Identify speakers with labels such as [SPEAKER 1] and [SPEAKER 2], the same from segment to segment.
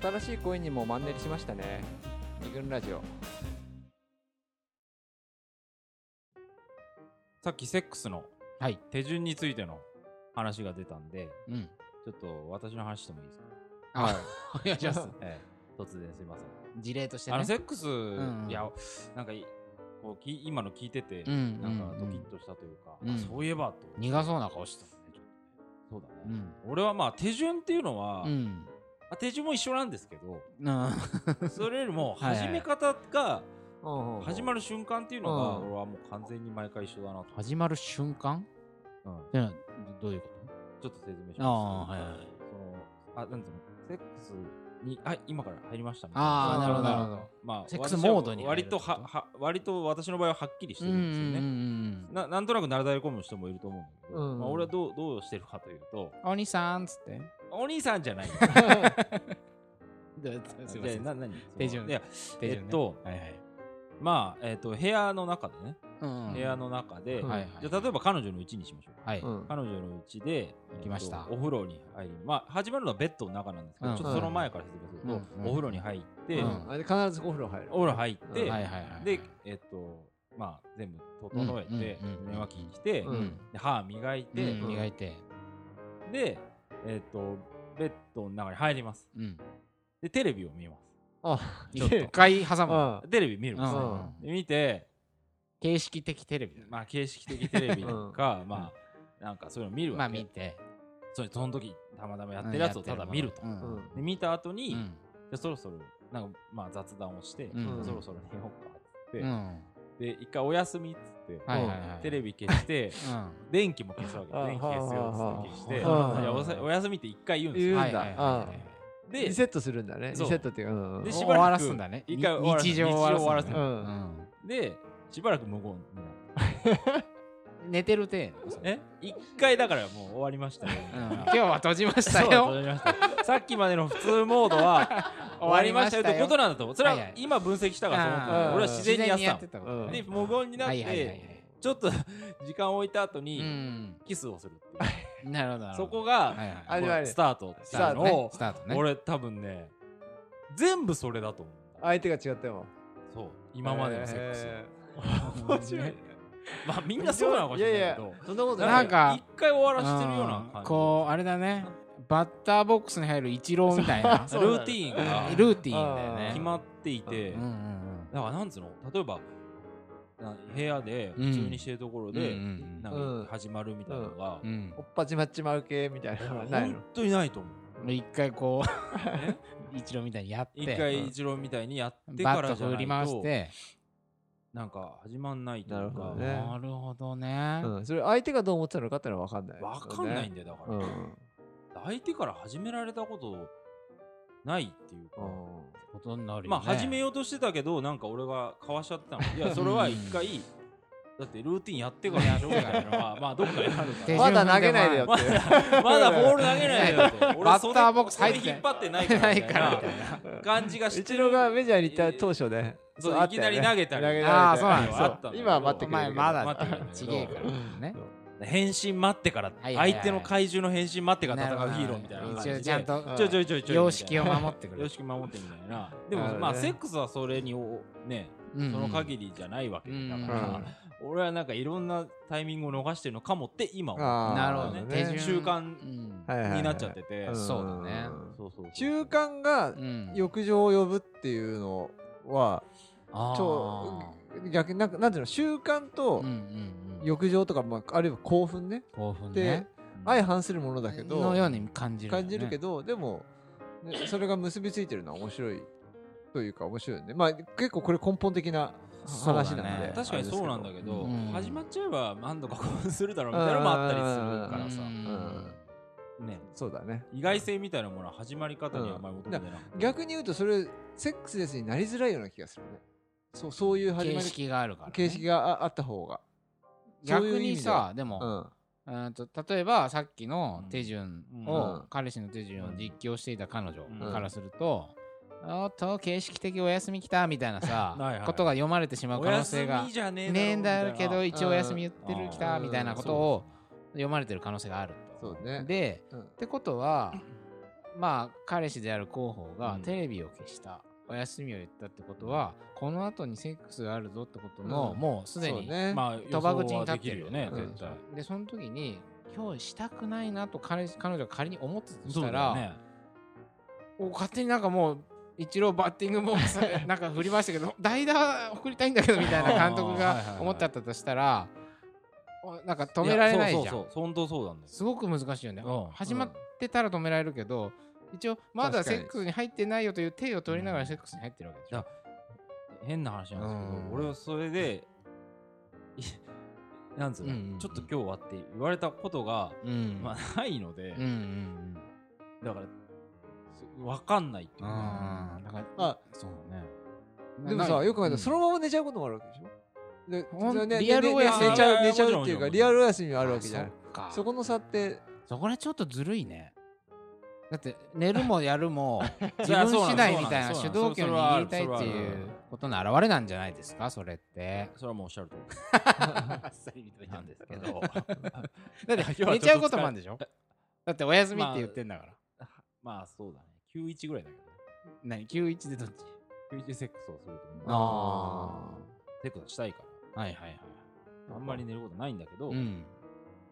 [SPEAKER 1] 新しい恋にもマンネリしましたね二軍ラジオ
[SPEAKER 2] さっきセックスの
[SPEAKER 3] はい
[SPEAKER 2] 手順についての話が出たんで、
[SPEAKER 3] うん。
[SPEAKER 2] ちょっと私の話してもいいです か、
[SPEAKER 3] はい。お願い します。
[SPEAKER 2] ええ、突然すいません。
[SPEAKER 3] 事例としてね。
[SPEAKER 2] あのセックス、
[SPEAKER 3] んうん
[SPEAKER 2] いや、なんかいこうき今の聞いてて、
[SPEAKER 3] うん
[SPEAKER 2] なんか
[SPEAKER 3] う
[SPEAKER 2] ド
[SPEAKER 3] んうん
[SPEAKER 2] キッとしたというか、
[SPEAKER 3] うん
[SPEAKER 2] あそういえばと。
[SPEAKER 3] 苦そうな顔してた
[SPEAKER 2] ね、ちょっとねそうだね、
[SPEAKER 3] うん。
[SPEAKER 2] 俺はまあ手順っていうのは、
[SPEAKER 3] うん。
[SPEAKER 2] あ手順も一緒なんですけ ど、
[SPEAKER 3] な
[SPEAKER 2] それよりも
[SPEAKER 3] はいはい
[SPEAKER 2] 始め方が始
[SPEAKER 1] 始
[SPEAKER 2] まる瞬間っていうのが、
[SPEAKER 1] うん
[SPEAKER 2] 俺はもう完全に毎回一緒だなと。
[SPEAKER 3] 始まる瞬間
[SPEAKER 2] うん
[SPEAKER 3] じゃあ、どどういうこ
[SPEAKER 2] ちょっと説明します。
[SPEAKER 3] とああー、はいはい。
[SPEAKER 2] そのあなんつうのセックスにあ今から入りましたみたい
[SPEAKER 3] あ
[SPEAKER 2] な
[SPEAKER 3] あ、なるほど、なるほど。
[SPEAKER 2] まあ
[SPEAKER 3] セックス
[SPEAKER 2] 私は
[SPEAKER 3] モードに入る
[SPEAKER 2] 割
[SPEAKER 3] ってこと
[SPEAKER 2] とはは割と私の場合ははっきりしてるんですよね。
[SPEAKER 3] うんうんうん
[SPEAKER 2] ななんとなくなだれ込む人もいると思うんだけど、
[SPEAKER 1] うんうん
[SPEAKER 2] まあ、俺はどうどうしてるかというと
[SPEAKER 3] うん。お兄さんっつって。
[SPEAKER 2] お兄さんじゃない よじ
[SPEAKER 3] すいま
[SPEAKER 2] ゃ
[SPEAKER 3] せ
[SPEAKER 2] あ
[SPEAKER 3] ん。
[SPEAKER 2] な何その
[SPEAKER 3] 手順
[SPEAKER 2] いや
[SPEAKER 3] 手順ね
[SPEAKER 2] えっと
[SPEAKER 3] はいはい。
[SPEAKER 2] まあ、えっと部屋の中でね、
[SPEAKER 3] うんうん
[SPEAKER 2] 部屋の中で、
[SPEAKER 1] うん
[SPEAKER 3] はいはい
[SPEAKER 2] じゃあ例えば彼女の家にしましょう
[SPEAKER 3] は い。
[SPEAKER 1] うん
[SPEAKER 2] 彼女の家で
[SPEAKER 3] 行きました
[SPEAKER 2] えっとお風呂に入りまあ始まるのはベッドの中なんですけど、
[SPEAKER 3] うん
[SPEAKER 2] ちょっとその前から説明すると、
[SPEAKER 3] うんうん
[SPEAKER 2] お風呂に入って、
[SPEAKER 3] うん
[SPEAKER 1] あれ必ずお風呂入る
[SPEAKER 2] お風呂入って、
[SPEAKER 1] うん
[SPEAKER 3] はいはいはい。
[SPEAKER 2] で、えっと、まあ、全部整えて
[SPEAKER 3] うんうんうんう、ん
[SPEAKER 2] 電話機にして、
[SPEAKER 3] う
[SPEAKER 1] うんん。
[SPEAKER 2] で歯磨いて、
[SPEAKER 3] で、
[SPEAKER 1] ん
[SPEAKER 3] 磨いて。
[SPEAKER 2] で、えっと、ベッドの中に入ります。
[SPEAKER 3] うん。
[SPEAKER 2] で、テレビを見ま
[SPEAKER 1] あ
[SPEAKER 2] ちょっと
[SPEAKER 1] いけ
[SPEAKER 3] 一回挟む。
[SPEAKER 1] あ
[SPEAKER 2] す。テレビ見るん
[SPEAKER 3] う
[SPEAKER 2] です
[SPEAKER 3] ん
[SPEAKER 2] よ。
[SPEAKER 3] うん
[SPEAKER 2] で見て、
[SPEAKER 3] 形式的テレビだね。
[SPEAKER 2] まあ、形式的テレビか、まあ、なんかそういうの見る
[SPEAKER 3] ま
[SPEAKER 2] わ
[SPEAKER 3] あ
[SPEAKER 2] け。
[SPEAKER 3] 見て。
[SPEAKER 2] それその時、たまたまやってるやつをただ見ると
[SPEAKER 3] う。。
[SPEAKER 1] うんん
[SPEAKER 2] で、見た後に、
[SPEAKER 3] う
[SPEAKER 2] じ
[SPEAKER 3] ん
[SPEAKER 2] ゃあそろそろ、なんか、まあ、雑談をして、
[SPEAKER 3] うん
[SPEAKER 2] じゃあそろそろ寝ようか、つ
[SPEAKER 3] う
[SPEAKER 2] っ
[SPEAKER 3] ん。
[SPEAKER 2] て。で、一回お休み、つって、
[SPEAKER 3] はいはいはい。
[SPEAKER 2] テレビ消して、
[SPEAKER 3] うん。
[SPEAKER 2] 電気も消すわけ
[SPEAKER 1] あ
[SPEAKER 2] 電気消すよっつって
[SPEAKER 1] はあ
[SPEAKER 2] 消して
[SPEAKER 1] はあ
[SPEAKER 2] いやおさお休みって一回言うんです
[SPEAKER 1] 言
[SPEAKER 2] よ
[SPEAKER 1] う
[SPEAKER 3] は
[SPEAKER 1] ん
[SPEAKER 3] い
[SPEAKER 1] だ
[SPEAKER 3] はいはいは
[SPEAKER 2] で
[SPEAKER 1] リセットするんだね
[SPEAKER 2] そう
[SPEAKER 1] リセットっていうかうんうん
[SPEAKER 2] で
[SPEAKER 3] い
[SPEAKER 2] しばらく
[SPEAKER 3] 終わらすんだね。
[SPEAKER 2] 一回終わらす
[SPEAKER 3] 日常を終わらすんだ
[SPEAKER 1] う
[SPEAKER 3] ね。
[SPEAKER 1] ん
[SPEAKER 2] でしばらく無言
[SPEAKER 3] うん寝てるて。
[SPEAKER 2] え一回だからもう終わりましたよ
[SPEAKER 3] うん今日は閉じましたよ。
[SPEAKER 2] そう終わりましたさっきまでの普通モードは終わりましたよってことなんだと思うそれ
[SPEAKER 3] はいは
[SPEAKER 2] はい今分析したからそう思ったんだけ
[SPEAKER 1] う
[SPEAKER 2] ど
[SPEAKER 1] ん
[SPEAKER 2] 俺は自然にやってたの
[SPEAKER 3] た
[SPEAKER 1] の
[SPEAKER 2] で
[SPEAKER 1] 自
[SPEAKER 2] 無言になっ
[SPEAKER 3] はいはいはいは
[SPEAKER 2] て
[SPEAKER 3] い。
[SPEAKER 2] ちょっと 時間を置いた後
[SPEAKER 3] う
[SPEAKER 2] に
[SPEAKER 3] ん。
[SPEAKER 2] キスをするっていう
[SPEAKER 3] なるほどなるほ
[SPEAKER 2] そ
[SPEAKER 3] ど。
[SPEAKER 2] こ
[SPEAKER 3] はいは
[SPEAKER 2] が
[SPEAKER 3] い
[SPEAKER 1] あれはあれ
[SPEAKER 2] スタートっていうの
[SPEAKER 3] ね
[SPEAKER 2] を
[SPEAKER 3] スタートね。
[SPEAKER 2] 俺多分ね全部それだと思うんだ
[SPEAKER 1] 相手が違っても
[SPEAKER 2] そう今までのセックス
[SPEAKER 1] へー
[SPEAKER 3] 面白いね
[SPEAKER 2] まあみんなそうなのかもしれないけど
[SPEAKER 1] そんなこと
[SPEAKER 3] なんか
[SPEAKER 2] 一回終わらしてるような
[SPEAKER 3] う
[SPEAKER 2] 感
[SPEAKER 3] ん
[SPEAKER 2] じ
[SPEAKER 3] こうあれだね。バッターボックスに入るイチローみた いな
[SPEAKER 1] そう
[SPEAKER 2] ルーティーン
[SPEAKER 3] うん
[SPEAKER 2] が
[SPEAKER 3] ルーティーンだよね。
[SPEAKER 2] 決まっていて
[SPEAKER 3] うんうんうん。
[SPEAKER 2] だからなんつうの例えばな部屋で
[SPEAKER 3] うん
[SPEAKER 2] 普通にしてるところで
[SPEAKER 3] うんうんうん
[SPEAKER 2] なんか始まるみたいなのが
[SPEAKER 3] うん
[SPEAKER 1] おっぱちまっちまう系みたいなのはないの
[SPEAKER 2] 本当にないと思う
[SPEAKER 3] 一回こ う一郎みたいにやって
[SPEAKER 2] 一回一郎みたいにやって
[SPEAKER 3] バ
[SPEAKER 2] か
[SPEAKER 3] ッ
[SPEAKER 2] ら
[SPEAKER 3] と
[SPEAKER 2] じゃな
[SPEAKER 3] 振
[SPEAKER 2] い
[SPEAKER 3] り回し
[SPEAKER 2] と
[SPEAKER 3] て
[SPEAKER 2] なんか始まんないとい
[SPEAKER 1] なる
[SPEAKER 2] う
[SPEAKER 1] ほ
[SPEAKER 2] か
[SPEAKER 1] どね
[SPEAKER 3] なるほどね、
[SPEAKER 1] うんそれ相手がどう思ってたのかってのは分かんない
[SPEAKER 2] わかんないん
[SPEAKER 1] だ
[SPEAKER 2] だよだか
[SPEAKER 1] う
[SPEAKER 2] ら
[SPEAKER 1] ん
[SPEAKER 2] 相手から始められたことないっていうか
[SPEAKER 3] ことになるよね
[SPEAKER 2] まあ始めようとしてたけどなんか俺がかわしちゃってたのいやそれは一回だってルーティンやってからでしょみたいなのはまあどっかにあるか
[SPEAKER 3] 手
[SPEAKER 2] ら
[SPEAKER 3] 順
[SPEAKER 1] まだ投げないでよ
[SPEAKER 2] ま
[SPEAKER 1] っていう
[SPEAKER 2] だまだボール投げないでよと俺
[SPEAKER 3] バ
[SPEAKER 2] そ
[SPEAKER 3] ッ
[SPEAKER 2] れ
[SPEAKER 3] ターボックス
[SPEAKER 2] それ
[SPEAKER 3] 入って
[SPEAKER 2] 引っ張ってないから
[SPEAKER 3] な
[SPEAKER 2] み
[SPEAKER 3] い
[SPEAKER 2] たい
[SPEAKER 3] からみ
[SPEAKER 2] な
[SPEAKER 3] たいな
[SPEAKER 2] 感じがし
[SPEAKER 1] う
[SPEAKER 2] て
[SPEAKER 1] ち
[SPEAKER 2] る
[SPEAKER 1] のがメジャーに行った当初ね
[SPEAKER 2] そう
[SPEAKER 1] あった
[SPEAKER 2] いき
[SPEAKER 1] よ
[SPEAKER 2] な
[SPEAKER 1] ね
[SPEAKER 2] り投げたり
[SPEAKER 1] 投げられて
[SPEAKER 3] あーそうなんだ
[SPEAKER 2] あったんだけど
[SPEAKER 1] 今は待って
[SPEAKER 3] お
[SPEAKER 1] くれ
[SPEAKER 3] 前
[SPEAKER 1] る
[SPEAKER 3] まだ
[SPEAKER 2] 待って
[SPEAKER 3] だ
[SPEAKER 2] くれ
[SPEAKER 3] よ
[SPEAKER 2] るんだけ
[SPEAKER 3] ち
[SPEAKER 2] ど
[SPEAKER 3] げえからね
[SPEAKER 2] 返信待ってから
[SPEAKER 3] はいはいはい
[SPEAKER 2] 相手の怪獣の返信待ってから戦うヒーローみたいな感じ
[SPEAKER 3] 一応
[SPEAKER 2] で
[SPEAKER 3] ちゃんと
[SPEAKER 2] ちょいちょいちょいちょい
[SPEAKER 3] 様式を守ってくれ
[SPEAKER 2] 様
[SPEAKER 3] る
[SPEAKER 2] 式守ってみたいな
[SPEAKER 1] なる
[SPEAKER 2] でも
[SPEAKER 1] ほどね
[SPEAKER 2] まあセックスはそれにおね
[SPEAKER 3] そ
[SPEAKER 2] その
[SPEAKER 3] り
[SPEAKER 2] 限りじゃないわけだ
[SPEAKER 3] う
[SPEAKER 2] か
[SPEAKER 3] ん
[SPEAKER 1] う
[SPEAKER 2] ら、
[SPEAKER 1] ん
[SPEAKER 2] 俺はなんかいろんなタイミングを逃してるのかもって今思う
[SPEAKER 1] あー
[SPEAKER 3] なるほど
[SPEAKER 2] な
[SPEAKER 3] ね
[SPEAKER 2] るほどね
[SPEAKER 3] 手順
[SPEAKER 2] 習慣
[SPEAKER 3] うん
[SPEAKER 1] はいはいはい
[SPEAKER 2] になっちゃってて、
[SPEAKER 1] うん
[SPEAKER 3] そうだね
[SPEAKER 2] そうそうそう
[SPEAKER 1] 中間が
[SPEAKER 3] うん
[SPEAKER 1] 浴場を呼ぶっていうのは
[SPEAKER 3] あー
[SPEAKER 1] ちょ逆になんかなんていうの習慣と
[SPEAKER 3] うんうんうん
[SPEAKER 1] 浴場とか、まあ、あるいは興奮ね
[SPEAKER 3] 興奮
[SPEAKER 1] で
[SPEAKER 3] ね
[SPEAKER 1] 相反するものだけど
[SPEAKER 3] のように感じるよね
[SPEAKER 1] 感じるけどでもねそれが結びついてるのは面白いというか面白いよねまあ結構これ根本的な
[SPEAKER 3] そうだね
[SPEAKER 1] 話なんで
[SPEAKER 2] 確かにそうなんだ
[SPEAKER 1] ど
[SPEAKER 2] けど、
[SPEAKER 3] うん
[SPEAKER 2] 始まっちゃえば何度か興奮するだろうみたいなのもあったり
[SPEAKER 3] う
[SPEAKER 2] す
[SPEAKER 3] ん
[SPEAKER 2] るからさ、
[SPEAKER 1] ん
[SPEAKER 2] ね
[SPEAKER 1] そうだね
[SPEAKER 2] 意外性みたいなものは始まり方にあんまり求めてなくて、
[SPEAKER 1] 逆に言うとそれセックスレスになりづらいような気がするねそうそういう始まり
[SPEAKER 3] 形式があるからね
[SPEAKER 1] 形式がああった方がそういう
[SPEAKER 3] 逆
[SPEAKER 1] 意
[SPEAKER 3] に
[SPEAKER 1] 味では
[SPEAKER 3] さでも
[SPEAKER 1] うん
[SPEAKER 3] うーんと例えばさっきの手順を、
[SPEAKER 1] うん
[SPEAKER 3] 彼氏の手順を実況していた彼
[SPEAKER 2] うん
[SPEAKER 3] 女からすると、おっと形式的お休み来たみたいなさ
[SPEAKER 2] はいはい
[SPEAKER 3] ことが読まれてしまう
[SPEAKER 2] お
[SPEAKER 3] 可能性
[SPEAKER 2] 休
[SPEAKER 3] が
[SPEAKER 2] みじゃねえだろ
[SPEAKER 3] ねえんだけど
[SPEAKER 2] み
[SPEAKER 3] 一応お休み言って
[SPEAKER 2] う
[SPEAKER 3] る
[SPEAKER 2] ん
[SPEAKER 3] 来たみたいなことを読まれてる可能性がある
[SPEAKER 1] そう
[SPEAKER 3] と。
[SPEAKER 1] ね
[SPEAKER 3] で
[SPEAKER 1] うん
[SPEAKER 3] ってことはまあ彼氏である候補が
[SPEAKER 2] うん
[SPEAKER 3] テレビを消した、お休みを言ったってことはこの後にセックスがあるぞってことの、
[SPEAKER 1] うん
[SPEAKER 3] もうすで
[SPEAKER 1] そう
[SPEAKER 3] に、
[SPEAKER 1] ね。
[SPEAKER 2] まあ
[SPEAKER 3] 賭場口に
[SPEAKER 2] 予想は
[SPEAKER 3] 立っ
[SPEAKER 2] でき
[SPEAKER 3] て
[SPEAKER 2] る
[SPEAKER 3] る
[SPEAKER 2] よね
[SPEAKER 1] うん
[SPEAKER 2] 絶対
[SPEAKER 3] でその時に今日したくないなと彼氏彼女が仮に思ってたとし
[SPEAKER 2] そ
[SPEAKER 3] た
[SPEAKER 2] うだよ
[SPEAKER 3] ら、
[SPEAKER 2] ね
[SPEAKER 3] お勝手になんかもう一郎バッティングボックス なんか振りましたけど代打送りたいんだけどみたいな監督
[SPEAKER 2] あーはいはい
[SPEAKER 3] が
[SPEAKER 2] はい
[SPEAKER 3] 思っちゃったとしたらおなんか止められないじゃん
[SPEAKER 2] やそうそうそう本当そうなんだよ
[SPEAKER 3] すごく難しいよね、
[SPEAKER 2] うん
[SPEAKER 3] 始まってたら止められるけど一応まだ
[SPEAKER 1] 確か
[SPEAKER 3] セ
[SPEAKER 1] に
[SPEAKER 3] ックスに入ってないよという手を取りながらセックスに入ってるわけでしょ、
[SPEAKER 2] だ変な話なんですけど、
[SPEAKER 3] うん
[SPEAKER 2] 俺はそれでいなんつうの、
[SPEAKER 3] うんうんうん
[SPEAKER 2] ちょっと今日はって言われたことが、
[SPEAKER 3] うん
[SPEAKER 2] まあないので、
[SPEAKER 3] うんうん
[SPEAKER 2] だからすわかんないっていう
[SPEAKER 3] うん
[SPEAKER 2] か
[SPEAKER 3] あーだから
[SPEAKER 1] まあ
[SPEAKER 3] そうね
[SPEAKER 1] でもさ、よく考えたら、その
[SPEAKER 3] ま
[SPEAKER 1] まま寝ちゃうこともあるわけでしょで
[SPEAKER 3] ほん
[SPEAKER 1] それね
[SPEAKER 3] リアルお休み
[SPEAKER 1] 寝ちゃう、寝ちゃ
[SPEAKER 2] あー
[SPEAKER 1] う
[SPEAKER 2] も
[SPEAKER 1] っ
[SPEAKER 2] ち
[SPEAKER 1] ていうん
[SPEAKER 2] ろ
[SPEAKER 1] か、
[SPEAKER 2] もちろん
[SPEAKER 1] リアルお休みはあ
[SPEAKER 3] あ
[SPEAKER 1] るわけじゃない。
[SPEAKER 3] そっか
[SPEAKER 1] そこの差って、
[SPEAKER 3] そこらちょっとずるいね。だって寝るもやる も自
[SPEAKER 2] いや
[SPEAKER 3] 分
[SPEAKER 2] そうな
[SPEAKER 3] 次
[SPEAKER 2] んだ
[SPEAKER 3] 第みたいな
[SPEAKER 2] そうなん
[SPEAKER 3] 主
[SPEAKER 2] だ
[SPEAKER 3] 導権を
[SPEAKER 2] それはあ
[SPEAKER 3] 握
[SPEAKER 2] る
[SPEAKER 3] りたいって
[SPEAKER 2] それはあ
[SPEAKER 3] い
[SPEAKER 2] る
[SPEAKER 3] うことの表れなんじゃないですかそれって。
[SPEAKER 2] それはもうおっしゃるとり
[SPEAKER 3] あっさり認めたんですけ
[SPEAKER 2] だ
[SPEAKER 3] ど。だって寝ちゃうこともあるんでしょだってお休みって言ってんだから。
[SPEAKER 2] まあそうだね91ぐらいだけどね
[SPEAKER 3] 何 ?91 でどっち
[SPEAKER 2] 91セックスをするとみんな
[SPEAKER 3] あ
[SPEAKER 2] セックスしたいか
[SPEAKER 3] はいはいはい。
[SPEAKER 2] らあんまり寝ることないんだけど、
[SPEAKER 3] うん。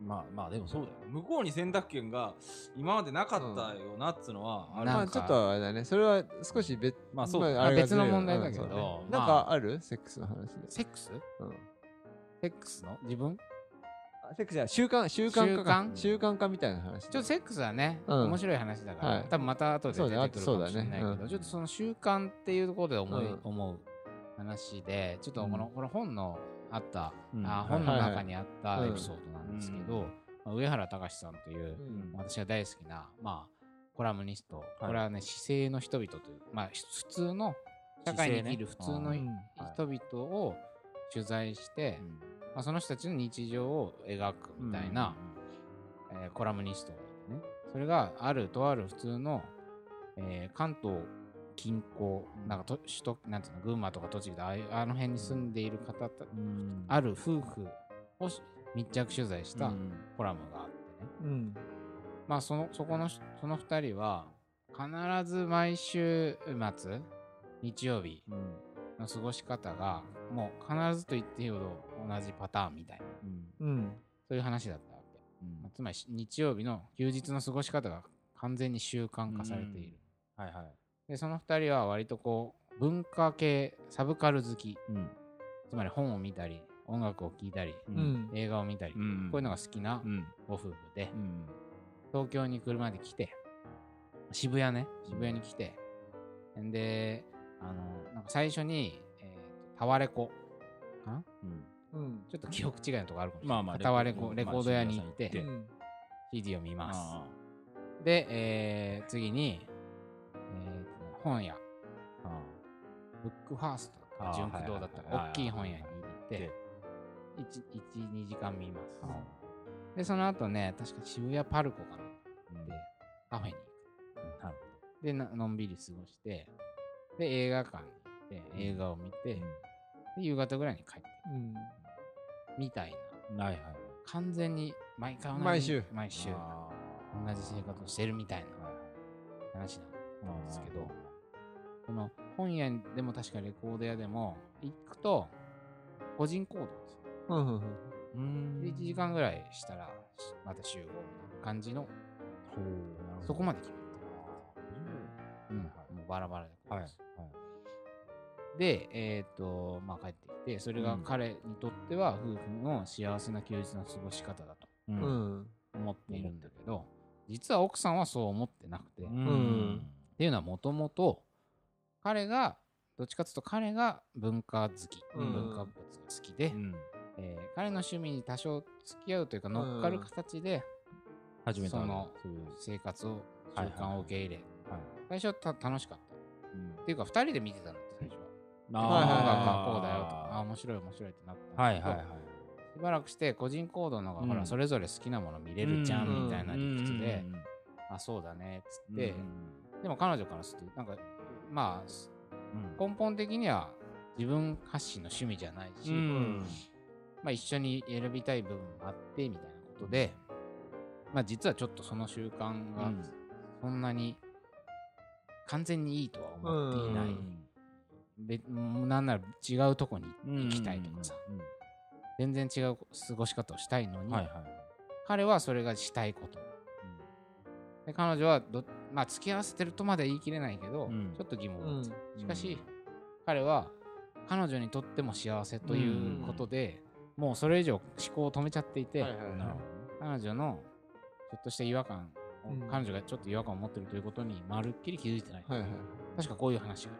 [SPEAKER 2] まあまあでもそうだよ向こうに選択権が今までなかったよなっつうのはある、
[SPEAKER 3] な
[SPEAKER 1] ま
[SPEAKER 3] ん
[SPEAKER 1] あ
[SPEAKER 3] か
[SPEAKER 1] ちょっとあれだね、それは少し別、
[SPEAKER 2] まあそうだね
[SPEAKER 1] まああれがずれる
[SPEAKER 3] 別の問題だけど
[SPEAKER 1] うんそうね
[SPEAKER 3] ま
[SPEAKER 1] な
[SPEAKER 3] あ
[SPEAKER 1] んかあるセックスの話で。
[SPEAKER 3] セックス
[SPEAKER 1] うん
[SPEAKER 3] セックスの自分
[SPEAKER 1] あセックスじゃない習慣、習慣化か。習慣化みたいな話。
[SPEAKER 3] ちょっとセックスはね、
[SPEAKER 1] うん
[SPEAKER 3] 面白い話だから、
[SPEAKER 1] はい
[SPEAKER 3] 多分また後で出てくるか
[SPEAKER 1] そう
[SPEAKER 3] も
[SPEAKER 1] だね
[SPEAKER 3] しれないけ
[SPEAKER 1] そう
[SPEAKER 3] ど、
[SPEAKER 1] だねうん
[SPEAKER 3] ちょっとその習慣っていうところで思い、
[SPEAKER 1] うん
[SPEAKER 3] 思う話でちょっとこの,、
[SPEAKER 1] うん
[SPEAKER 3] この本のあった、
[SPEAKER 2] うん
[SPEAKER 3] あ
[SPEAKER 2] はい
[SPEAKER 3] 本の
[SPEAKER 1] はいは
[SPEAKER 3] 中
[SPEAKER 1] い
[SPEAKER 3] にあったエピソードなんですけど、
[SPEAKER 2] うん
[SPEAKER 3] まあ上原隆さんという、
[SPEAKER 1] うん
[SPEAKER 3] 私が大好きな、まあ、コラムニスト、これはね姿勢の人々という、まあ、普通の社会に生きる普
[SPEAKER 2] 姿
[SPEAKER 3] 通
[SPEAKER 2] 勢ね
[SPEAKER 3] の
[SPEAKER 2] うん
[SPEAKER 3] 人々を取材して、まあ、その人たちの日常を描くみたいな、えーコラムニストがいてねそれがあるとある普通の、えー関東近郊なんかと首都なんていうの群馬とか栃木でああいうあの辺に住んでいる方た、
[SPEAKER 2] うん
[SPEAKER 3] ある夫婦をし密着取材し
[SPEAKER 2] う
[SPEAKER 3] た
[SPEAKER 2] ん
[SPEAKER 3] コラムがあってね、
[SPEAKER 1] うん。
[SPEAKER 3] まあそのそこのしその2人は必ず毎週末日曜日
[SPEAKER 2] うん
[SPEAKER 3] の過ごし方がもう必ずと言っていいほど同じパターンみたいな
[SPEAKER 2] うん
[SPEAKER 1] うん。
[SPEAKER 3] そういう話だったわけ。
[SPEAKER 2] うん
[SPEAKER 3] まあつまりし日曜日の休日の過ごし方が完全に習慣化されている、
[SPEAKER 2] はいはい
[SPEAKER 3] でその2人は割とこう文化系サブカル好き
[SPEAKER 2] うん
[SPEAKER 3] つまり本を見たり音楽を聴いたり、
[SPEAKER 2] う
[SPEAKER 1] う、ん。
[SPEAKER 3] 映画を見たり、
[SPEAKER 2] うん
[SPEAKER 3] こういうのが好きな
[SPEAKER 2] うん
[SPEAKER 3] ご夫婦で、
[SPEAKER 2] うん
[SPEAKER 3] 東京に車で来て渋谷ね渋谷に来て、ん、であのなんか最初に、えー、タワレコ
[SPEAKER 2] うん
[SPEAKER 1] うん。
[SPEAKER 3] ちょっと記憶違いのとこあるかもしれない、
[SPEAKER 2] まあまあ
[SPEAKER 3] タワレコ
[SPEAKER 2] レ
[SPEAKER 3] レ
[SPEAKER 2] コ
[SPEAKER 3] コード屋に行っ
[SPEAKER 2] まあ渋
[SPEAKER 3] て
[SPEAKER 2] 谷さん行っ
[SPEAKER 3] CD を見ます、
[SPEAKER 2] あ
[SPEAKER 3] で、えー次に、えー本屋、
[SPEAKER 2] あああ
[SPEAKER 3] ブックファースト
[SPEAKER 2] あ
[SPEAKER 3] だ
[SPEAKER 2] ー
[SPEAKER 3] った純不動だったか
[SPEAKER 2] はいはい
[SPEAKER 3] ら、
[SPEAKER 2] はい
[SPEAKER 3] 大きい本屋に行っ
[SPEAKER 2] はい
[SPEAKER 3] て
[SPEAKER 2] で、
[SPEAKER 3] 1、2時間見ます
[SPEAKER 2] あ。
[SPEAKER 3] で、その後ね、確か渋谷パルコかなで
[SPEAKER 2] うん
[SPEAKER 3] カフェに行
[SPEAKER 2] うんなる
[SPEAKER 3] く。で、なのんびり過ごして、で、映画館に行って、映画を見て、で夕方ぐらいに帰ってくる
[SPEAKER 1] うん。
[SPEAKER 3] みたいな。
[SPEAKER 2] ほどはいはい
[SPEAKER 3] 完全に毎回同じ
[SPEAKER 1] 毎週
[SPEAKER 3] 毎週
[SPEAKER 2] あ
[SPEAKER 3] 同じ生活をしてるみたいな話なん
[SPEAKER 2] あ
[SPEAKER 3] ですけど、その本屋でも確かレコード屋でも行くと個人行動ですよ
[SPEAKER 1] うんうんうん。
[SPEAKER 2] うん
[SPEAKER 3] で1時間ぐらいしたらしまた集合みたいな感じの
[SPEAKER 2] ほうなるほど
[SPEAKER 3] そこまで決まってる、うん
[SPEAKER 2] はいはい
[SPEAKER 3] もうバラバラで行動
[SPEAKER 2] はいはい
[SPEAKER 3] する、でえっ、とまあ帰ってきてそれが彼にとっては夫婦の幸せな休日の過ごし方だと
[SPEAKER 2] う
[SPEAKER 1] うんん。
[SPEAKER 3] 思っているんだけど実は奥さんはそう思ってなくて、
[SPEAKER 2] うん
[SPEAKER 1] うん
[SPEAKER 3] っていうのはもともと彼がどっちかというと彼が文化好き、
[SPEAKER 1] うん
[SPEAKER 3] 文化物が好きで、
[SPEAKER 2] うん
[SPEAKER 3] えー彼の趣味に多少付き合うというか乗っかる形で
[SPEAKER 2] 初めて
[SPEAKER 3] そ
[SPEAKER 2] ある
[SPEAKER 3] の
[SPEAKER 2] そういう
[SPEAKER 3] 生活を習
[SPEAKER 2] はいはい
[SPEAKER 3] 慣を受け入れ、
[SPEAKER 2] はい
[SPEAKER 3] 最初はた楽しかったっていうか2人で見てたんだって最初は
[SPEAKER 2] あ
[SPEAKER 1] はいはい
[SPEAKER 3] あ
[SPEAKER 1] はい
[SPEAKER 3] こうだよとかあー面白い面白いってなった
[SPEAKER 2] は
[SPEAKER 3] んだ
[SPEAKER 2] い
[SPEAKER 3] けど
[SPEAKER 2] はいはい
[SPEAKER 3] しばらくして個人行動の方が、ほ
[SPEAKER 2] う
[SPEAKER 3] ら
[SPEAKER 2] ん
[SPEAKER 3] それぞれ好きなもの見れるじゃ
[SPEAKER 1] うん
[SPEAKER 3] んみたいな理屈で、
[SPEAKER 2] うん
[SPEAKER 3] あそうだねっつ
[SPEAKER 2] うん
[SPEAKER 3] って、でも彼女からするとなんかまあ根本的には自分発信の趣味じゃないし、
[SPEAKER 2] うんうん
[SPEAKER 3] まあ、一緒に選びたい部分もあってみたいなことで、まあ、実はちょっとその習慣が
[SPEAKER 2] うん
[SPEAKER 3] そんなに完全にいいとは思っていない、
[SPEAKER 1] うん
[SPEAKER 3] べなんなら違うとこに行きたいとかさ、
[SPEAKER 2] うん
[SPEAKER 3] 全然違う過ごし方をしたいのに、
[SPEAKER 2] はいはい
[SPEAKER 3] 彼はそれがしたいこと、で彼女はど、まあ、付き合わせてるとまで言い切れないけど、
[SPEAKER 2] うん
[SPEAKER 3] ちょっと疑問を持つ、
[SPEAKER 2] うん
[SPEAKER 3] しかし、彼は彼女にとっても幸せということで、もうそれ以上思考を止めちゃっていて、
[SPEAKER 1] はいはいはい
[SPEAKER 2] なる
[SPEAKER 3] 彼女のちょっとした違和感を、
[SPEAKER 1] うん
[SPEAKER 3] 彼女がちょっと違和感を持ってるということにまるっきり気づいてない、
[SPEAKER 1] はいはい。
[SPEAKER 3] 確かこういう話が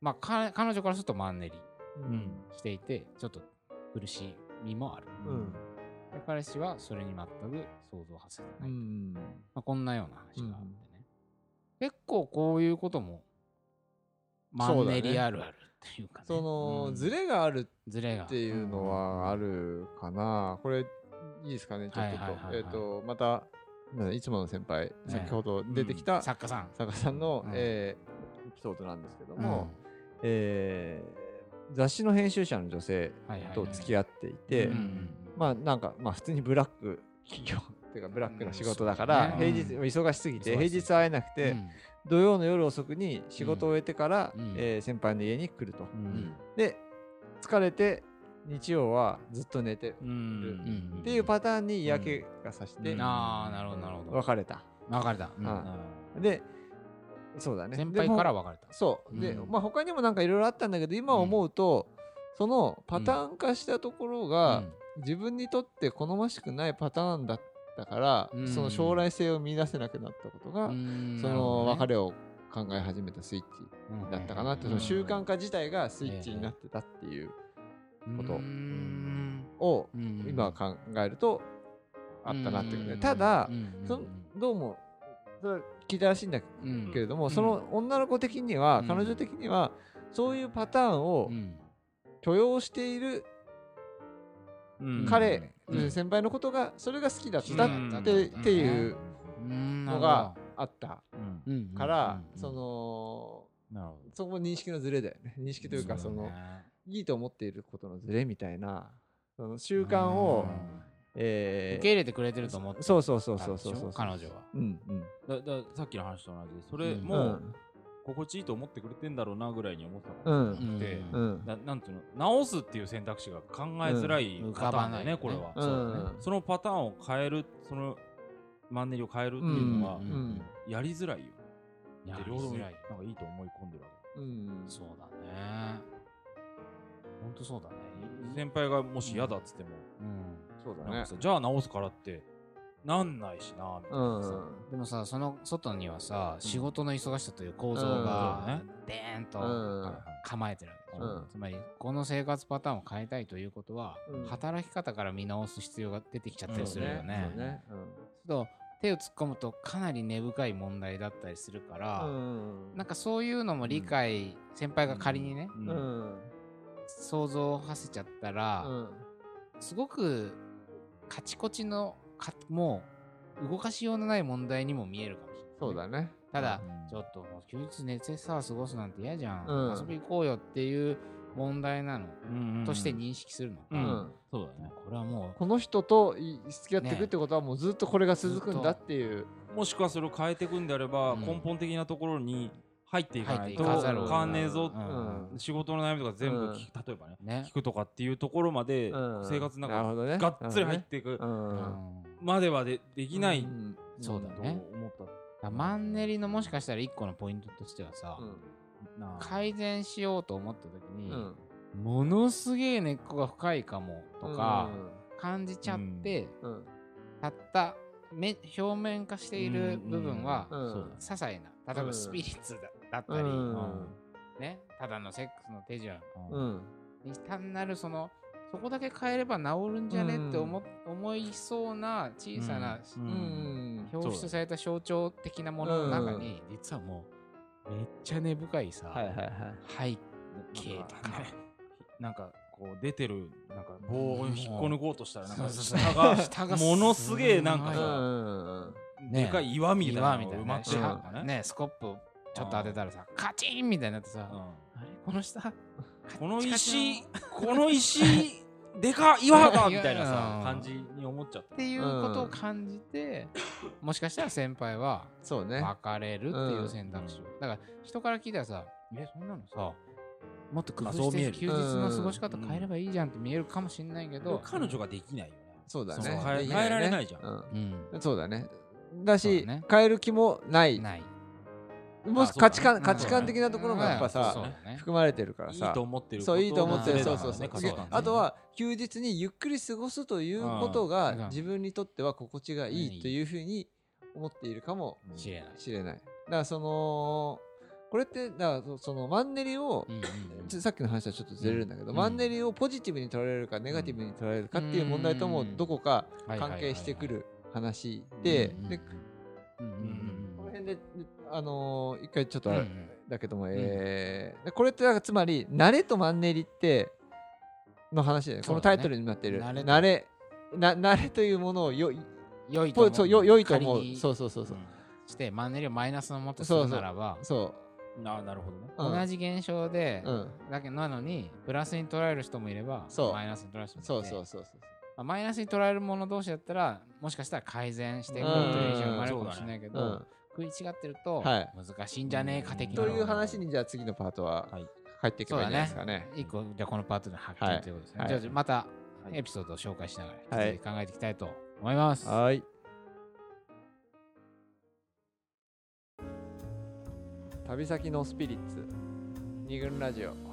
[SPEAKER 3] まあか彼女からするとマンネリ
[SPEAKER 1] うん。
[SPEAKER 3] していてちょっと苦しみもある
[SPEAKER 1] う
[SPEAKER 2] うん
[SPEAKER 1] ん。
[SPEAKER 3] で彼氏はそれに全く想像を馳せて
[SPEAKER 1] う
[SPEAKER 3] ない、ま
[SPEAKER 1] ん。
[SPEAKER 3] あ、こんなような話があってね、結構こういうこともマンネリあるあるっていうかね
[SPEAKER 1] その、
[SPEAKER 3] うん
[SPEAKER 1] ズレがある
[SPEAKER 3] ズレが
[SPEAKER 1] っていうのはあるかな。これ、いいですかね、ちょっと
[SPEAKER 3] はいはいはいは
[SPEAKER 1] と。え
[SPEAKER 3] い
[SPEAKER 1] っと、また、なんだいつもの先輩、先ほど出てきた
[SPEAKER 3] 作家さん
[SPEAKER 1] 作家さんの
[SPEAKER 3] うん、
[SPEAKER 1] えーエピソードなんですけども、えー雑誌の編集者の女性と付き合っていて、
[SPEAKER 3] うんうん
[SPEAKER 1] まあなんか、まあ普通にブラック企業 っていうかブラックな仕事だか
[SPEAKER 3] うん
[SPEAKER 1] ら、
[SPEAKER 3] そう
[SPEAKER 1] 平
[SPEAKER 3] ね
[SPEAKER 1] 日、忙しすぎて、
[SPEAKER 3] 忙
[SPEAKER 1] 平
[SPEAKER 3] しい
[SPEAKER 1] 日会えなくて、
[SPEAKER 3] うん
[SPEAKER 1] 土曜の夜遅くに仕事を終えてから、
[SPEAKER 3] うん
[SPEAKER 1] えー先輩の家に来ると。
[SPEAKER 2] うん
[SPEAKER 1] で、疲れて、日曜はずっと寝てる
[SPEAKER 2] うんうん
[SPEAKER 1] っていうパターンに嫌気がさして、
[SPEAKER 2] うん
[SPEAKER 3] ああなるほどなるほど
[SPEAKER 1] 別れた。
[SPEAKER 3] 別れた、うん
[SPEAKER 1] はいで、そうだね。
[SPEAKER 3] 先輩から
[SPEAKER 1] は
[SPEAKER 3] 別れた
[SPEAKER 1] そう。で、
[SPEAKER 3] うん
[SPEAKER 1] まあ他にもなんかいろいろあったんだけど、今思うと、そのパターン化したところが、自分にとって好ましくないパターンだったから、
[SPEAKER 3] うん
[SPEAKER 1] その将来性を見出せなくなったことが、その別れを考え始めたスイッチだったかなって、
[SPEAKER 2] うん
[SPEAKER 1] その習慣化自体がスイッチになってたっていうことを今考えるとあったなっていうねただそのどうもそれは聞いたらしいんだけれども、その女の子的には、
[SPEAKER 3] うん
[SPEAKER 1] 彼女的にはそういうパターンを許容している
[SPEAKER 2] うん
[SPEAKER 1] 彼、
[SPEAKER 3] うん
[SPEAKER 1] 先輩のことがそれが好きだっ
[SPEAKER 3] うん
[SPEAKER 1] たって,、っていうの
[SPEAKER 3] の
[SPEAKER 1] があった
[SPEAKER 2] うん
[SPEAKER 1] から、その
[SPEAKER 2] なるほど
[SPEAKER 1] そこ認識のズレだよね認識というかそのいいと思っていることのズレみたいなその習慣を、え
[SPEAKER 3] 受
[SPEAKER 1] ー
[SPEAKER 3] け入れてくれてると思って
[SPEAKER 1] そうそうそうそうそうそう
[SPEAKER 3] 彼女は
[SPEAKER 1] うんうん
[SPEAKER 2] だださっきの話と同じでそれ
[SPEAKER 3] うん
[SPEAKER 2] もう心地いいと思ってくれてんだろうなぐらいに思ったか
[SPEAKER 1] う
[SPEAKER 2] ら
[SPEAKER 1] んうんうん
[SPEAKER 2] ななんていうの直すっていう選択肢が考えづらい
[SPEAKER 3] うん
[SPEAKER 2] パターンだよね、
[SPEAKER 3] 浮
[SPEAKER 2] こ
[SPEAKER 3] かば
[SPEAKER 2] れ
[SPEAKER 3] ない
[SPEAKER 2] は、
[SPEAKER 1] うん
[SPEAKER 2] そうだねそのパターンを変えるそのマンネリを変えるって
[SPEAKER 1] う
[SPEAKER 2] いうのは、
[SPEAKER 1] んうん
[SPEAKER 2] やりづらいよね
[SPEAKER 3] や
[SPEAKER 2] で
[SPEAKER 3] り
[SPEAKER 2] 両方とも
[SPEAKER 3] づ
[SPEAKER 2] な
[SPEAKER 3] ら
[SPEAKER 2] ん
[SPEAKER 3] い
[SPEAKER 2] かいいと思い込んでるわ
[SPEAKER 1] うん
[SPEAKER 3] そうだねほんとそうだね
[SPEAKER 2] け先輩がもし嫌だっつっても、
[SPEAKER 3] うん
[SPEAKER 1] そうだ
[SPEAKER 2] なん
[SPEAKER 1] ね
[SPEAKER 2] かさじゃあ直すからってなんないしなみたいなさ、
[SPEAKER 3] でもさその外にはさ仕事の忙しさという構造がでーん
[SPEAKER 1] う
[SPEAKER 3] と
[SPEAKER 1] ん
[SPEAKER 3] 構えてるわけでしょ
[SPEAKER 1] うん
[SPEAKER 3] つまりこの生活パターンを変えたいということは、
[SPEAKER 1] うん
[SPEAKER 3] 働き方から見直す必要が出てきちゃったりするよ
[SPEAKER 1] そう
[SPEAKER 3] ね。
[SPEAKER 1] ね
[SPEAKER 3] ちょっと手を突っ込むとかなり根深い問題だったりするか
[SPEAKER 1] う
[SPEAKER 3] ら、
[SPEAKER 1] ん
[SPEAKER 3] なんかそういうのも理解、先輩が仮にね、
[SPEAKER 2] う
[SPEAKER 1] うんんうん
[SPEAKER 3] 想像を馳せちゃったら、すごくカチコチのかもう動かしようのない問題にも見えるかもしれない。
[SPEAKER 1] そうだね
[SPEAKER 3] ただ、
[SPEAKER 2] うん
[SPEAKER 3] ちょっともう休日寝てさ過ごすなんて嫌じゃん、
[SPEAKER 1] うん
[SPEAKER 3] 遊び行こうよっていう問題なの、
[SPEAKER 2] うんうん
[SPEAKER 3] として認識するのか、
[SPEAKER 2] う
[SPEAKER 1] うんん
[SPEAKER 2] そうだね
[SPEAKER 3] これはも
[SPEAKER 1] この人とい付き合っていくってことはもうずっとこれが続くんだっていう
[SPEAKER 2] もしくはそれを変えていくんであれば、
[SPEAKER 3] うん
[SPEAKER 2] 根本的なところに入って
[SPEAKER 3] う
[SPEAKER 2] いかないと
[SPEAKER 1] 入っていかざ
[SPEAKER 2] 変
[SPEAKER 1] るを得ない
[SPEAKER 2] わんねえぞ、
[SPEAKER 3] うん
[SPEAKER 1] うん
[SPEAKER 2] 仕事の悩みとか全部聞く、例えばね
[SPEAKER 3] ね
[SPEAKER 2] 聞くとかっていうところまで
[SPEAKER 1] うん
[SPEAKER 2] 生活の
[SPEAKER 1] なる
[SPEAKER 2] 中
[SPEAKER 1] ほどね
[SPEAKER 2] がっつり入っていく
[SPEAKER 1] うん
[SPEAKER 3] うん
[SPEAKER 2] まではでできない、
[SPEAKER 1] うん
[SPEAKER 3] そうだね
[SPEAKER 2] と思った
[SPEAKER 3] マンネリのもしかしたら一個のポイントとしてはさ、
[SPEAKER 2] な
[SPEAKER 3] 改善しようと思った時
[SPEAKER 1] う
[SPEAKER 3] に、
[SPEAKER 1] んうん
[SPEAKER 3] ものすげえ根っこが深いかもとか
[SPEAKER 1] う
[SPEAKER 3] 感じちゃって、
[SPEAKER 1] んうん
[SPEAKER 3] たっため表面化している部分は、
[SPEAKER 1] うんうん
[SPEAKER 3] 些細な例え
[SPEAKER 1] う
[SPEAKER 3] ば
[SPEAKER 1] ん
[SPEAKER 3] スピリッツだだったり、
[SPEAKER 1] うん
[SPEAKER 3] ね、ただのセックスの手順
[SPEAKER 1] うん
[SPEAKER 3] 単なるそのそこだけ変えれば治るんじゃねって思,、思いそうな小さな、
[SPEAKER 2] うん
[SPEAKER 1] うん
[SPEAKER 3] 表出された象徴的なものの中に、実はもうめっちゃ根深いさ、
[SPEAKER 1] はいはいはい
[SPEAKER 3] 背景とか
[SPEAKER 2] ねなんかこう出てるなんか棒を引っこ抜こうとしたらなんか
[SPEAKER 3] そ
[SPEAKER 2] 下
[SPEAKER 3] うそうそ
[SPEAKER 2] が
[SPEAKER 3] う下が
[SPEAKER 2] ものすげえなんか
[SPEAKER 3] はい
[SPEAKER 1] うん
[SPEAKER 2] さ
[SPEAKER 1] うん
[SPEAKER 2] でかい岩みたいな
[SPEAKER 3] 岩み
[SPEAKER 2] の
[SPEAKER 3] た
[SPEAKER 2] が埋
[SPEAKER 3] いな
[SPEAKER 2] まっ
[SPEAKER 3] ね
[SPEAKER 2] てるとかね
[SPEAKER 3] ねスコップをちょっと当てたらさカチンみたいになってさ、
[SPEAKER 2] うん
[SPEAKER 3] あれこの下
[SPEAKER 2] この石この石でか岩肌
[SPEAKER 3] いや
[SPEAKER 2] みたいな
[SPEAKER 3] う
[SPEAKER 2] さ
[SPEAKER 3] ん
[SPEAKER 2] 感じに思っちゃった
[SPEAKER 3] ていうことを感じて、もしかしたら先輩は
[SPEAKER 1] そうね。
[SPEAKER 3] 別れるっていう選択肢を、
[SPEAKER 2] う
[SPEAKER 3] だから人から聞いたらさ「えそんなのさもっと工
[SPEAKER 2] まあ
[SPEAKER 3] 夫
[SPEAKER 2] そう
[SPEAKER 3] し
[SPEAKER 2] 見え
[SPEAKER 3] て
[SPEAKER 2] る
[SPEAKER 3] 休日の過ごし方変えればいいじゃん」って見えるかもしれないけど、
[SPEAKER 2] 彼女ができないよね
[SPEAKER 1] そうだ
[SPEAKER 2] そ
[SPEAKER 1] ね
[SPEAKER 2] う。変え
[SPEAKER 1] でき
[SPEAKER 2] 変えられないじゃん
[SPEAKER 1] ね
[SPEAKER 3] うん
[SPEAKER 1] うんそうだね。だ
[SPEAKER 3] そう
[SPEAKER 1] し
[SPEAKER 3] だね、
[SPEAKER 1] 変える気もない。
[SPEAKER 3] ない
[SPEAKER 1] もし
[SPEAKER 2] まあ
[SPEAKER 1] 価値
[SPEAKER 2] そうだ
[SPEAKER 1] 観、
[SPEAKER 2] ね
[SPEAKER 1] 価値観的なところがやっぱ
[SPEAKER 3] そ
[SPEAKER 1] さ
[SPEAKER 3] う、だね
[SPEAKER 1] 含まれてるから
[SPEAKER 2] いい
[SPEAKER 1] さ
[SPEAKER 2] と。思ってる
[SPEAKER 1] そういいと思ってる
[SPEAKER 3] こと
[SPEAKER 1] そう
[SPEAKER 3] が
[SPEAKER 1] そうそう
[SPEAKER 3] ね
[SPEAKER 1] で
[SPEAKER 3] 価値観ね
[SPEAKER 1] あとは休日にゆっくり過ごすということ
[SPEAKER 3] うん
[SPEAKER 1] が自分にとっては心地がいいというふうに思っているかも
[SPEAKER 3] 知れない、
[SPEAKER 1] しれないだからそのこれってだからそそのマンネリを
[SPEAKER 3] うんうんうん
[SPEAKER 1] ちょさっきの話はちょっとずれるんだけど、
[SPEAKER 3] うん
[SPEAKER 1] マンネリをポジティブに捉えられるかネガティブに捉えられるかっていう問題とも
[SPEAKER 3] うん
[SPEAKER 1] どこか
[SPEAKER 3] はいはいは
[SPEAKER 1] 関
[SPEAKER 3] いはい
[SPEAKER 1] 係してくる話で
[SPEAKER 3] うんうん
[SPEAKER 1] で
[SPEAKER 3] うんうん
[SPEAKER 1] こ
[SPEAKER 3] う
[SPEAKER 1] の
[SPEAKER 3] ん
[SPEAKER 1] 辺で、あのー一回ちょっとあ
[SPEAKER 3] う
[SPEAKER 1] れ、
[SPEAKER 3] ん
[SPEAKER 1] だけども、えーでこれってだからつまり慣れとマンネリっての話だよねこ
[SPEAKER 3] そう
[SPEAKER 1] の
[SPEAKER 3] だ
[SPEAKER 1] タイ
[SPEAKER 3] ね
[SPEAKER 1] トルになってる
[SPEAKER 3] 慣れと
[SPEAKER 1] 慣れな慣れというものをよい
[SPEAKER 3] 良いと
[SPEAKER 1] ぽ
[SPEAKER 3] 思
[SPEAKER 1] いうそうよ良いと思
[SPEAKER 3] 仮
[SPEAKER 1] う
[SPEAKER 3] に
[SPEAKER 1] そうそうそうそう
[SPEAKER 3] うんしてマンネリをマイナスのもとするならば
[SPEAKER 1] そ
[SPEAKER 2] ななるほどね
[SPEAKER 1] う、うん、
[SPEAKER 3] 同じ現象で、
[SPEAKER 1] うん
[SPEAKER 3] だけなのにプラスに捉える人もいれば
[SPEAKER 1] そう
[SPEAKER 3] マイナスに捉える人もいて
[SPEAKER 1] そうそうそうそう
[SPEAKER 3] まあマイナスに捉えるもの同士だったらもしかしたら改善していくという意識が生まれるかもしれないけど、
[SPEAKER 1] うん
[SPEAKER 3] 食い違ってると
[SPEAKER 1] はい
[SPEAKER 3] 難しいんじゃねえか的な、
[SPEAKER 1] という話にじゃあ次のパートは
[SPEAKER 2] はい
[SPEAKER 1] 入っていけばいいんじゃないですかね。
[SPEAKER 3] 一個じゃあこのパートで発
[SPEAKER 1] は
[SPEAKER 3] 見
[SPEAKER 1] い
[SPEAKER 3] ということですね、
[SPEAKER 1] はい
[SPEAKER 3] じゃあまた
[SPEAKER 2] はい
[SPEAKER 3] エピソードを紹介しながら
[SPEAKER 1] はい
[SPEAKER 3] 引き続き考えていきたいと思います、
[SPEAKER 1] はい。旅先のスピリッツ二軍ラジオ